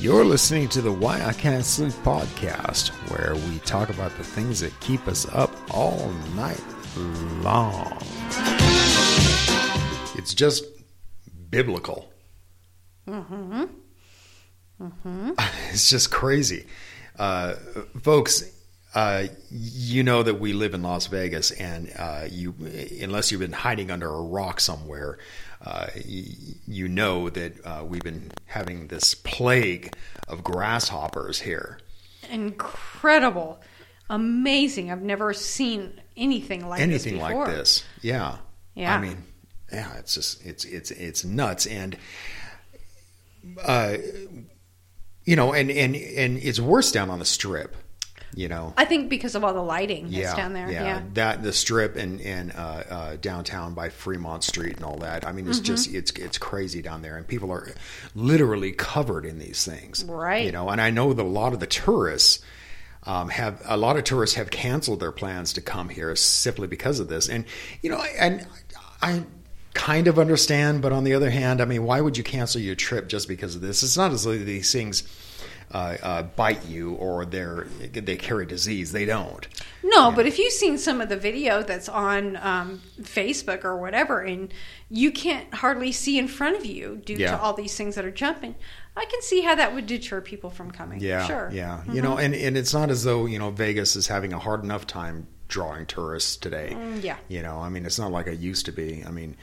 You're listening to the Why I Can't Sleep podcast, where we talk about the things that keep us up all night long. It's just biblical. it's just crazy. Uh, folks, uh, you know that we live in Las Vegas, and uh, you, unless you've been hiding under a rock somewhere, uh, y- you know that uh, we've been having this plague of grasshoppers here. Incredible. Amazing. I've never seen anything like Anything this like before. this, yeah. Yeah. I mean, yeah, it's just it's it's it's nuts, and uh, you know, and and and it's worse down on the strip, you know. I think because of all the lighting yeah, that's down there. Yeah. that the strip and and uh, uh, downtown by Fremont Street and all that. I mean, it's just Mm-hmm. it's it's crazy down there, and people are literally covered in these things, Right. You know, and I know that a lot of the tourists. Um, have a lot of tourists have canceled their plans to come here simply because of this, and you know, I- and I kind of understand, but on the other hand, I mean, why would you cancel your trip just because of this? It's not as though these things uh, uh, bite you or they're they carry disease. They don't. No, but if you've seen some of the video that's on um, Facebook or whatever, and you can't hardly see in front of you due Yeah. to all these things that are jumping, I can see how that would deter people from coming. Yeah, Sure. Mm-hmm. yeah. You know, and and it's not as though you know Vegas is having a hard enough time drawing tourists today. Mm, yeah. You know, I mean, it's not like it used to be. I mean,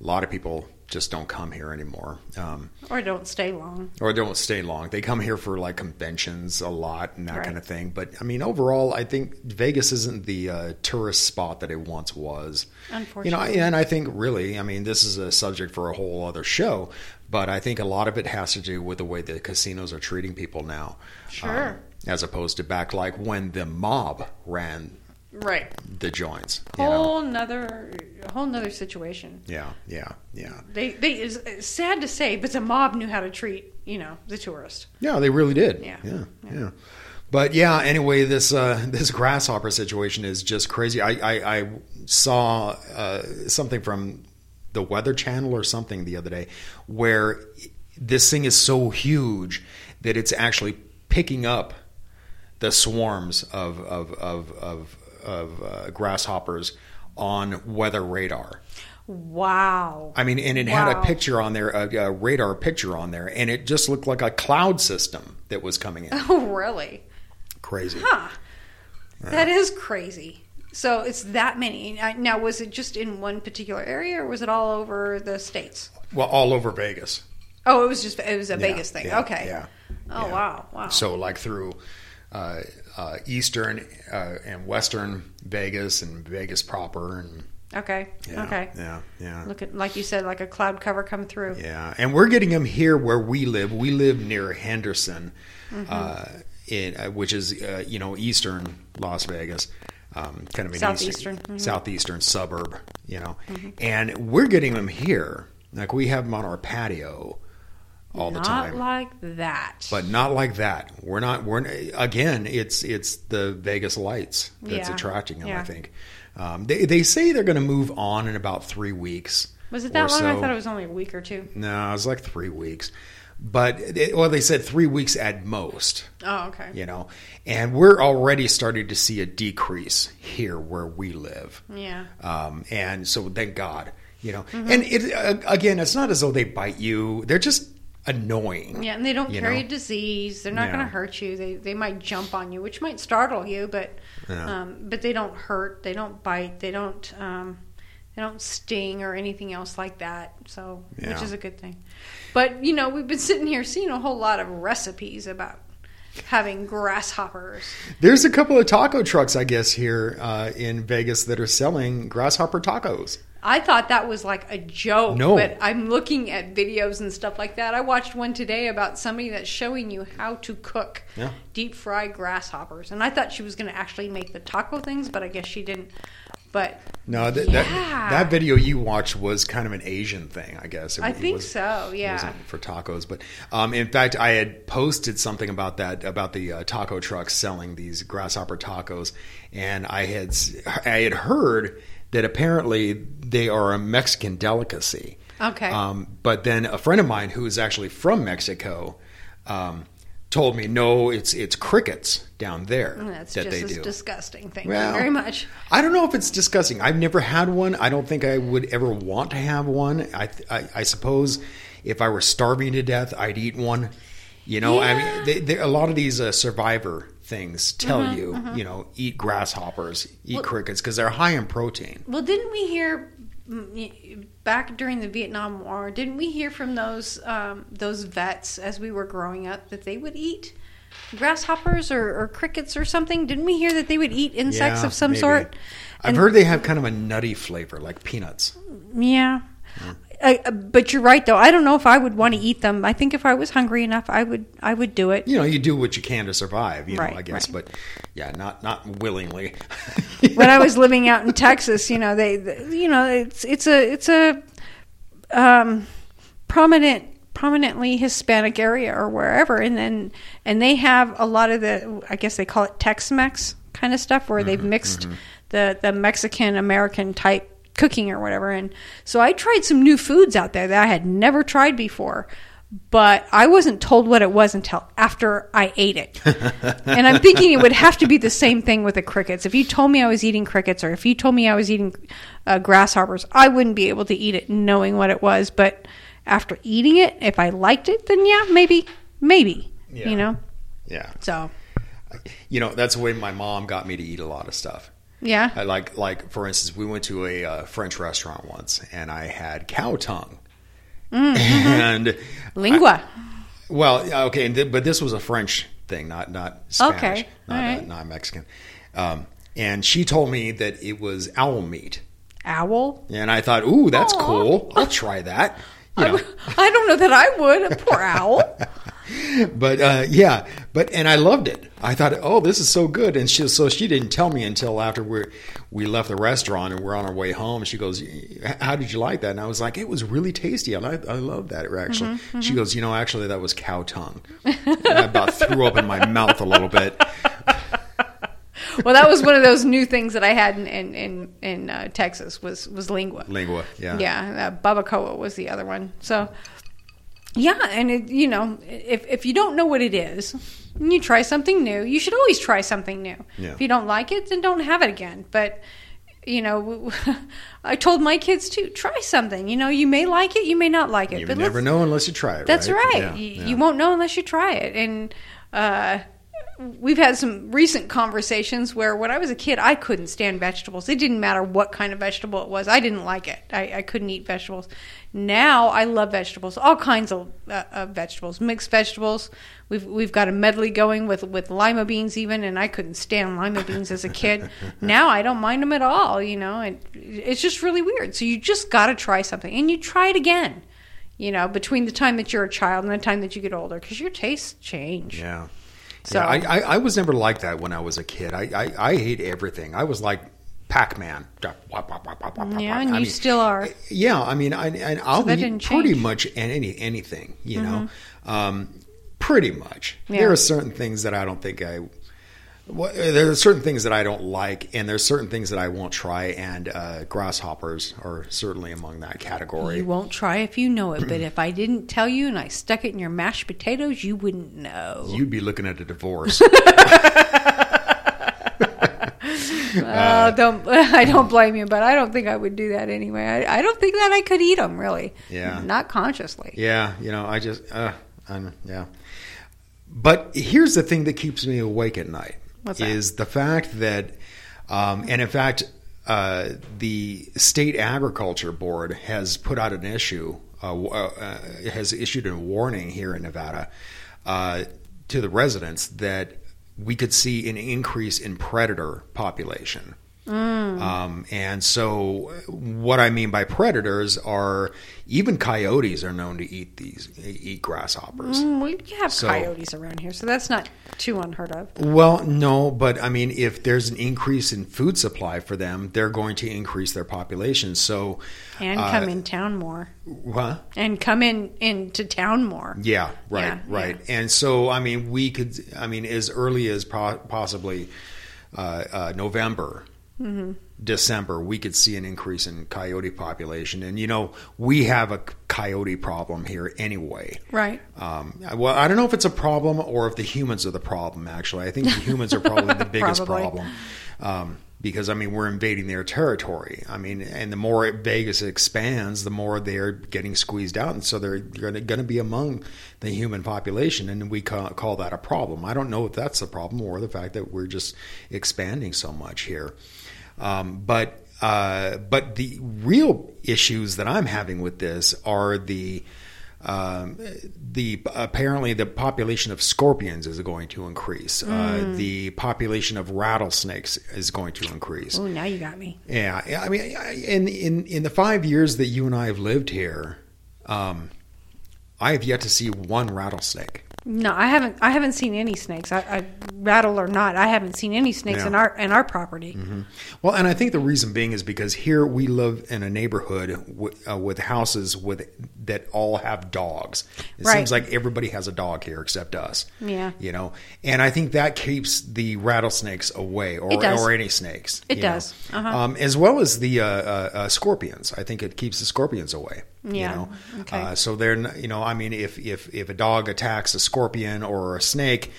a lot of people just don't come here anymore, um, Or don't stay long. or don't stay long. They come here for like conventions a lot and that Right. kind of thing. But I mean, overall, I think Vegas isn't the uh, tourist spot that it once was. You know, Unfortunately. and I think really, I mean, this is a subject for a whole other show, but I think a lot of it has to do with the way the casinos are treating people now. Sure. um, as opposed to back like when the mob ran right. the joints. You know? Whole nother, whole nother situation. Yeah, yeah, yeah. They, they is it's sad to say, but the mob knew how to treat you know the tourist. Yeah, they really did. Yeah. yeah, yeah. But yeah, anyway, this uh, this grasshopper situation is just crazy. I I, I saw uh, something from the Weather Channel or something the other day where this thing is so huge that it's actually picking up the swarms of of of of, of uh, grasshoppers on weather radar. Wow. I mean, and it had a Wow. picture on there, a, a radar picture on there, and it just looked like a cloud system that was coming in. Oh, really? Crazy. Huh. That is crazy. So it's that many. I- Now, was it just in one particular area, or was it all over the states? Well, all over Vegas. Oh, it was just it was a Yeah, Vegas thing. yeah, okay. Yeah. Oh yeah. wow! Wow. So, like through uh, uh, Eastern uh, and Western Vegas and Vegas proper, and okay. yeah, okay. yeah, yeah. Look at like you said, like a cloud cover come through. Yeah, and we're getting them here where we live. We live near Henderson, Mm-hmm. uh, in, uh, which is uh, you know eastern Las Vegas, um, kind of an Southeastern, Mm-hmm. mhm. southeastern suburb. You know, and we're getting them here. Like we have them on our patio all Not the time, like that. but not like that. We're not. We're again. It's it's the Vegas lights that's Yeah. attracting them. I Yeah. think um, they they say they're going to move on in about three weeks. was it or that long? I so. thought it was only a week or two. No, it was like three weeks. But, it, well, they said three weeks at most, Oh, okay. you know. And we're already starting to see a decrease here where we live. Yeah. Mm-hmm. Um, and so thank God, you know. And it, uh, again, it's not as though they bite you, they're just annoying. Yeah, and they don't you carry know? disease. They're not going Yeah. to hurt you. They they might jump on you, which might startle you, but Yeah. um, but they don't hurt. They don't bite. They don't um, they don't sting or anything else like that. So Yeah. which is a good thing. But you know, we've been sitting here seeing a whole lot of recipes about having grasshoppers. There's a couple of taco trucks, I guess, here uh, in Vegas that are selling grasshopper tacos. I thought that was like a joke, No. but I'm looking at videos and stuff like that. I watched one today about somebody that's showing you how to cook Yeah. deep fried grasshoppers, and I thought she was going to actually make the taco things, but I guess she didn't. But No, th- that Yeah. that video you watched was kind of an Asian thing, I guess. It- I it think was- so, yeah. wasn't for tacos, but um, in fact, I had posted something about that about the uh, taco trucks selling these grasshopper tacos, and I had s- I had heard that apparently they are a Mexican delicacy. Okay. Uh, Um, but then a friend of mine who is actually from Mexico um, told me, no, it's it's crickets down there Oh, That's that just they as do. disgusting. Thank Well, you very much. I don't know if it's disgusting. I've never had one. I don't think I would ever want to have one. I I, I suppose if I were starving to death, I'd eat one. You know, I Yeah. Mm-hmm, mean, they, they, a lot of these uh, survivor things tell you, you know, eat grasshoppers, eat Well- crickets because they're high in protein. Well, didn't we hear mm, back during the Vietnam War? Didn't we hear from those um, those vets as we were growing up that they would eat grasshoppers or, or crickets or something? Didn't we hear that they would eat insects Yeah, of some maybe. sort? I've And- heard they have kind of a nutty flavor, like peanuts. Yeah. Hmm. I, uh, but you're right though. I don't know if I would want to eat them. I think if I was hungry enough, I would I would do it. You know, you do what you can to survive. You Right, know, I guess, right. but yeah, not not willingly. when I was living out in Texas, you know, they, they- you know, it's it's a it's a um, prominent prominently Hispanic area or wherever, and then and they have a lot of the I guess they call it Tex-Mex kind of stuff where they've mixed the the Mexican American type cooking or whatever. And so I tried some new foods out there that I had never tried before. But I wasn't told what it was until after I ate it. and I'm thinking it would have to be the same thing with the crickets. If you told me I was eating crickets, or if you told me I was eating uh, grasshoppers, I wouldn't be able to eat it knowing what it was. But after eating it, if I liked it, then yeah, maybe, maybe, Yeah. you know. yeah, So you know, that's the way my mom got me to eat a lot of stuff. yeah, I like like for instance, we went to a uh, French restaurant once, and I had cow tongue. Mm, mm-hmm. And lingua. well, yeah, okay, and th- but this was a French thing, not not Spanish, Okay, not all uh, right. not Mexican. Um, and she told me that it was owl meat, Owl. and I thought, ooh, that's Aw. cool. I'll try that. You I know. w- I don't know that I would. A poor owl. but uh, yeah, but and I loved it. I thought, oh, this is so good. And she, so she didn't tell me until after we we left the restaurant and we're on our way home. She goes, "How did you like that?" And I was like, "It was really tasty. I li- I love that actually." Mm-hmm, She goes, "You know, actually, that was cow tongue." and I about threw up in my mouth a little bit. Well, that was one of those new things that I had in in in, in uh, Texas was was lingua. Lingua, yeah, yeah uh, babacoa was the other one so yeah and it, you know if, if you don't know what it is and you try something new you should always try something new Yeah. if you don't like it then don't have it again but you know w- w- i told my kids to try something you know you may like it you may not like it You but never let's- know unless you try it. that's right. Yeah, Y- yeah. You won't know unless you try it. And uh, we've had some recent conversations where when I was a kid, I couldn't stand vegetables. It didn't matter what kind of vegetable it was, I didn't like it. I, I couldn't eat vegetables. Now I love vegetables, all kinds of uh, uh, vegetables, mixed vegetables. We've, we've got a medley going with, with lima beans, even, and I couldn't stand lima beans as a kid. now I don't mind them at all, you know, and it's just really weird. So you just got to try something and you try it again you know, between the time that you're a child and the time that you get older, because your tastes change. Yeah. So- yeah, I, I, I was never like that when I was a kid. I, I, I hate everything. I was like Pac Man. Yeah, and you still are. Yeah, I mean, I, and I'll that eat didn't pretty change. Mm-hmm. much any anything, you know, um, pretty much. Yeah. There are certain things that I don't think I. Well, there are certain things that I don't like, and there's certain things that I won't try, and uh, grasshoppers are certainly among that category. You won't try if you know it, but if I didn't tell you and I stuck it in your mashed potatoes, you wouldn't know. You'd be looking at a divorce. oh, don't I don't blame you, but I don't think I would do that anyway. I, I don't think that I could eat them really. Yeah. not consciously. Yeah, you know, I just, uh, I'm, yeah. But here's the thing that keeps me awake at night What's that? is the fact that, um, and in fact, uh, the state agriculture board has put out an issue, uh, w- uh, uh, has issued a warning here in Nevada uh, to the residents that we could see an increase in predator population. Mm. Um, and so, uh, what I mean by predators are even coyotes are known to eat these eat grasshoppers. Mm, We have So- coyotes around here, so that's not too unheard of. Well, no, but I mean, if there's an increase in food supply for them, they're going to increase their population. So, And Uh, come in town more, huh? and come in into town more. Yeah, right, Yeah, right. And so, I mean, we could, I mean, as early as po- possibly uh, uh, November, Mm-hmm. December, we could see an increase in coyote population. And, you know, we have a c- coyote problem here anyway. Right. Um, well, I don't know if it's a problem or if the humans are the problem. Actually, I think the humans are probably the biggest Probably. problem um, because I mean we're invading their territory. I mean, and the more Vegas expands, the more they're getting squeezed out, and so they're going to be among the human population, and we ca- call that a problem. I don't know if that's the problem or the fact that we're just expanding so much here, um, but. Uh, but the real issues that I'm having with this are the um, the apparently the population of scorpions is going to increase. Uh, the population of rattlesnakes is going to increase. Oh, now you got me. Yeah, yeah, I mean, I- in in in the five years that you and I have lived here, um, I have yet to see one rattlesnake. No, I haven't. I haven't seen any snakes. I, I rattle or not, I haven't seen any snakes in Yeah. our in our property. Well, and I think the reason being is because here we live in a neighborhood with, uh, with houses with that all have dogs. It Right. seems like everybody has a dog here except us. Yeah. you know, and I think that keeps the rattlesnakes away, It or does. or any snakes. It you know. does. Uh-huh. um, as well as the uh, uh, uh, scorpions. I think it keeps the scorpions away. Yeah. you know? Okay. Uh, so they're n- you know, I mean, if if if a dog attacks a scorpion or a snake,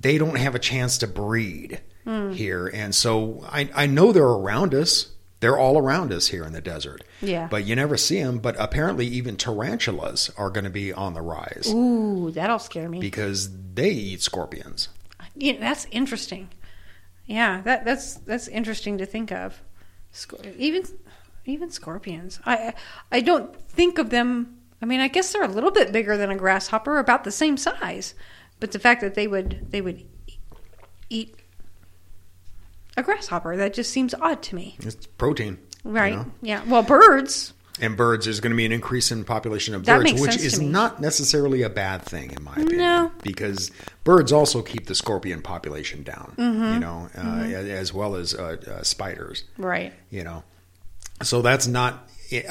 they don't have a chance to breed Hmm. here, and so I I know they're around us. They're all around us here in the desert. Yeah. But you never see them. But apparently, even tarantulas are going to be on the rise Ooh, that'll scare me. because they eat scorpions. Yeah, that's interesting. Yeah, that that's that's interesting to think of. Scor- even even scorpions. I I- I don't think of them. I mean, I guess they're a little bit bigger than a grasshopper, about the same size. But the fact that they would they would e- eat a grasshopper that just seems odd to me. It's protein. you Right? know? Yeah. Well, birds. and birds there's going to be an increase in population of That birds makes which sense is to me. not necessarily a bad thing in my opinion No. because birds also keep the scorpion population down you Mm-hmm. know uh, a- as well as uh, uh, spiders Right. you know so that's not eh,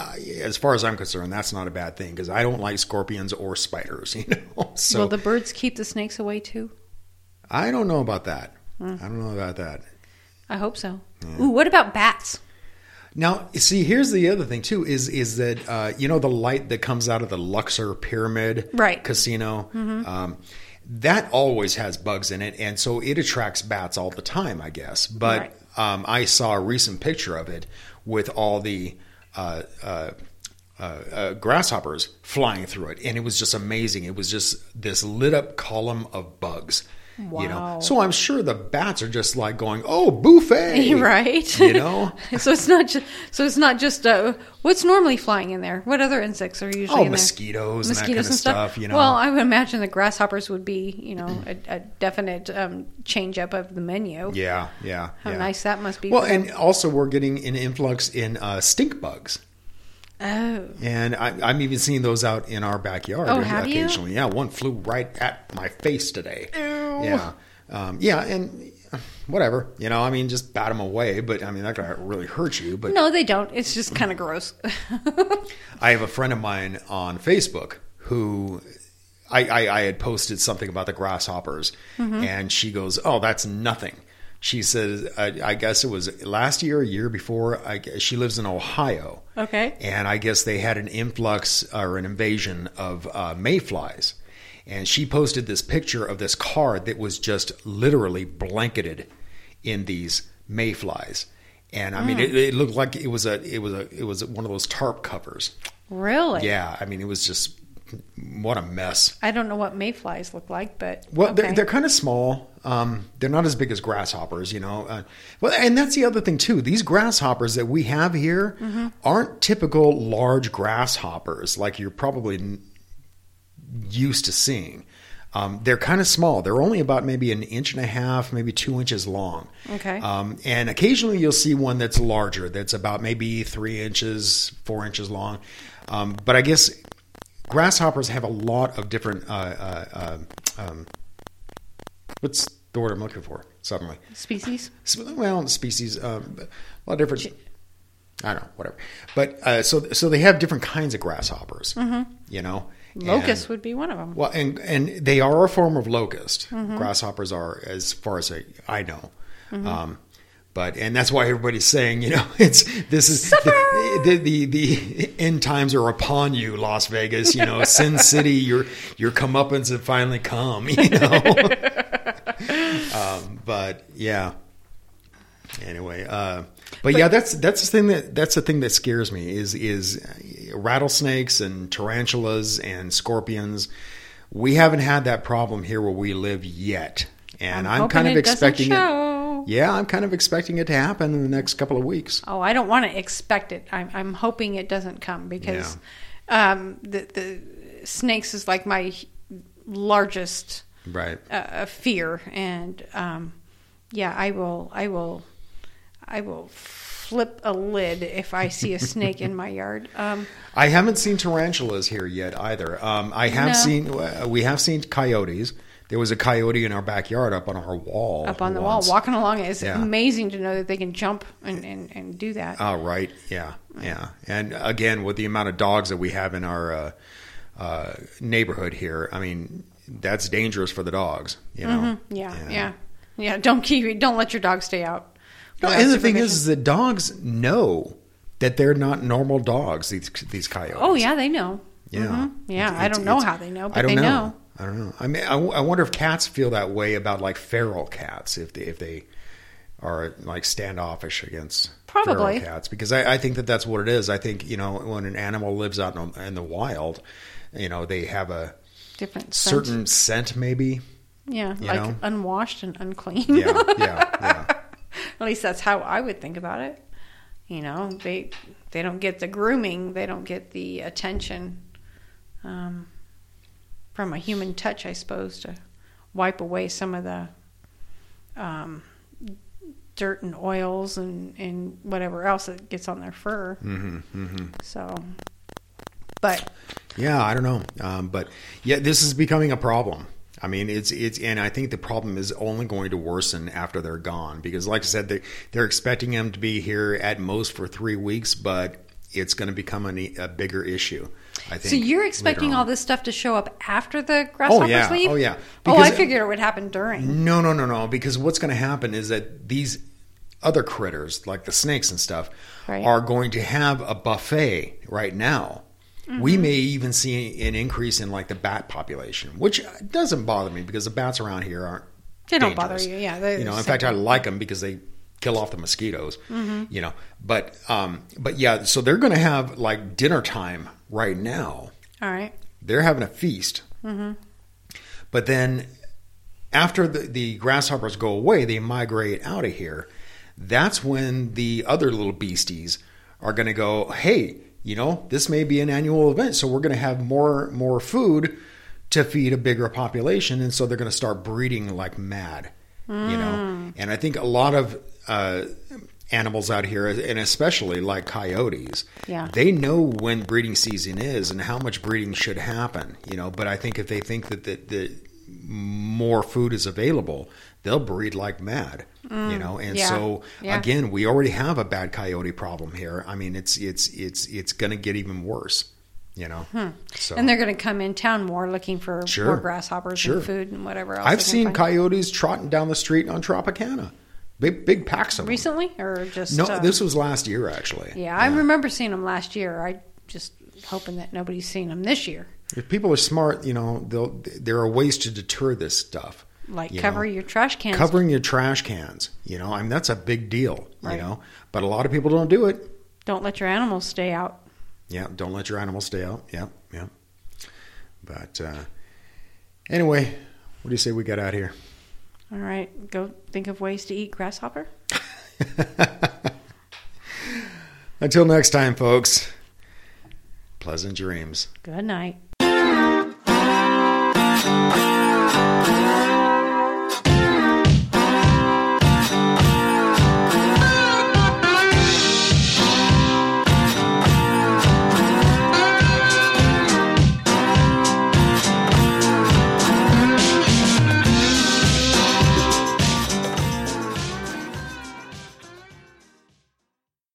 as far as i'm concerned that's not a bad thing because i don't like scorpions or spiders you know so Will the birds keep the snakes away too? i don't know about that Mm. i don't know about that I hope so. Ooh, what about bats? Now, see, here's the other thing too is is that uh, you know the light that comes out of the Luxor Pyramid Right. Mm-hmm. Casino. Um, that always has bugs in it, and so it attracts bats all the time, I guess. But Right. um, I saw a recent picture of it with all the uh, uh, uh, uh, grasshoppers flying through it, and it was just amazing. It was just this lit up column of bugs. You know, Wow. so I'm sure the bats are just like going, "Oh, buffet!" right You know, so it's not just so it's not just uh, what's normally flying in there what other insects are usually Oh, in mosquitoes there and that kind of stuff, you know. well i would imagine the grasshoppers would be you know a, a definite um, change up of the menu Yeah, yeah. how yeah. nice that must be Well, for them. and also we're getting an influx in uh, stink bugs, oh and I, I'm even seeing those out in our backyard Oh, have you? occasionally. Yeah, one flew right at my face today. Yeah, um, yeah, and whatever. You know, I mean, just bat them away, but I mean, that gonna really hurt you. But no they don't it's just kind of gross I have a friend of mine on Facebook who I, I, I had posted something about the grasshoppers, Mm-hmm. and she goes, "Oh, that's nothing." She says, I, "I guess it was last year, a year before." I, guess- she lives in Ohio, okay and I guess they had an influx or an invasion of uh, mayflies. And she posted this picture of this card that was just literally blanketed in these mayflies. And I mean, it, it looked like it was a it was a it was one of those tarp covers. really Yeah, I mean, it was just what a mess. i don't know what mayflies look like but Well, okay. they're, they're kind of small. Um, they're not as big as grasshoppers, you know. Uh, well, and that's the other thing too. These grasshoppers that we have here aren't typical large grasshoppers like you're probably n- used to seeing. Um, they're kind of small. They're only about maybe an inch and a half, maybe two inches long. Okay. Um, and occasionally you'll see one that's larger, that's about maybe three inches, four inches long. Um, but I guess grasshoppers have a lot of different. Uh, uh, uh, um, what's the word I'm looking for? Suddenly, species Sp- well, species, um, a lot of different. I don't know, whatever. But uh, so so they have different kinds of grasshoppers. You know, And- Mm-hmm. locust would be one of them well, and and they are a form of locust. Grasshoppers are, as far as I, I know. Um, But and that's why everybody's saying, you know, it's this is the, the, the the end times are upon you, Las Vegas. You know, Sin City, your your comeuppance have finally come. You know, um, but yeah. Anyway, uh, but, yeah, that's that's the thing that that's the thing that scares me is is uh, rattlesnakes and tarantulas and scorpions. We haven't had that problem here where we live yet, and I'm, hoping kind of it doesn't expecting it. show. Yeah, I'm kind of expecting it to happen in the next couple of weeks. Oh, I don't want to expect it. I'm, I'm hoping it doesn't come because um, the, the snakes is like my largest Right. uh, uh, fear, and um, yeah, I will, I will, I will flip a lid if I see a snake in my yard. Um, I haven't seen tarantulas here yet either. Um, I have No. seen uh, we have seen coyotes. There was a coyote in our backyard up on our wall. up on the once. wall, walking along, it's Yeah. amazing to know that they can jump and, and, and do that. Oh, right. Yeah. Yeah. And again, with the amount of dogs that we have in our uh, uh, neighborhood here, I mean, that's dangerous for the dogs, you know? Mm-hmm. yeah, yeah, yeah, Don't keep, don't let your dog stay out. No, without and the thing supervision. is, is the dogs know that they're not normal dogs, these, these coyotes. Oh yeah, they know. Yeah. Mhm. yeah. It's- I don't it's- know it's- how they know, but I don't they know. I don't know. I mean, I, I wonder if cats feel that way about like feral cats, if they, if they are like standoffish against Probably. feral cats, because I, I think that that's what it is. I think you know when an animal lives out in, in the wild, you know they have a Different scent. certain scent, maybe. yeah, you like know? unwashed and unclean. Yeah, yeah, yeah. At least that's how I would think about it. You know, they they don't get the grooming, they don't get the attention um, from a human touch, I suppose, to wipe away some of the um, dirt and oils and and whatever else that gets on their fur. hmm hmm So, but Yeah, I don't know, um, but yeah, this is becoming a problem. I mean, it's it's, and I think the problem is only going to worsen after they're gone because, like I said, they they're expecting them to be here at most for three weeks, but it's going to become an, e- a bigger issue. I think. so you're expecting all this stuff to show up after the grasshoppers yeah. leave? Oh, yeah. oh, I Because- figured it would happen during. No, no, no, no. Because what's going to happen is that these other critters, like the snakes and stuff, Right. are going to have a buffet right now. We Mm-hmm. may even see an increase in like the bat population, which doesn't bother me because the bats around here aren't. They don't bother dangerous. you, yeah, they're you know. In safe. fact, I like them because they kill off the mosquitoes. Mm-hmm. You know, but um, but yeah. So they're going to have like dinner time right now All right. they're having a feast. But then after the, the grasshoppers go away, they migrate out of here. That's when the other little beasties are going to go, hey, you know, this may be an annual event, so we're going to have more more food to feed a bigger population, and so they're going to start breeding like mad, you Mm. know. And I think a lot of uh, animals out here, and especially like coyotes, Yeah. they know when breeding season is and how much breeding should happen, you know. But I think if they think that the, the more food is available, they'll breed like mad, you know. And Mm. yeah, so yeah. again, we already have a bad coyote problem here. I mean, it's it's it's it's going to get even worse, you know. So Hmm. And they're going to come in town more looking for Sure. more grasshoppers Sure. and food and whatever else. I've they can seen find. coyotes trotting down the street on Tropicana, big big packs of them. recently or just No, uh, this was last year actually. Yeah, I remember seeing them last year. I just hoping that nobody's seen them this year. If people are smart, you know, they'll, there are ways to deter this stuff. Like you cover know? your trash cans. covering your trash cans. You know, I mean that's a big deal. Right. You know, but a lot of people don't do it. Don't let your animals stay out. Yeah, don't let your animals stay out. Yeah, yeah. But uh, anyway, what do you say we got out here? All right, go think of ways to eat grasshopper. Until next time, folks. Pleasant dreams. Good night.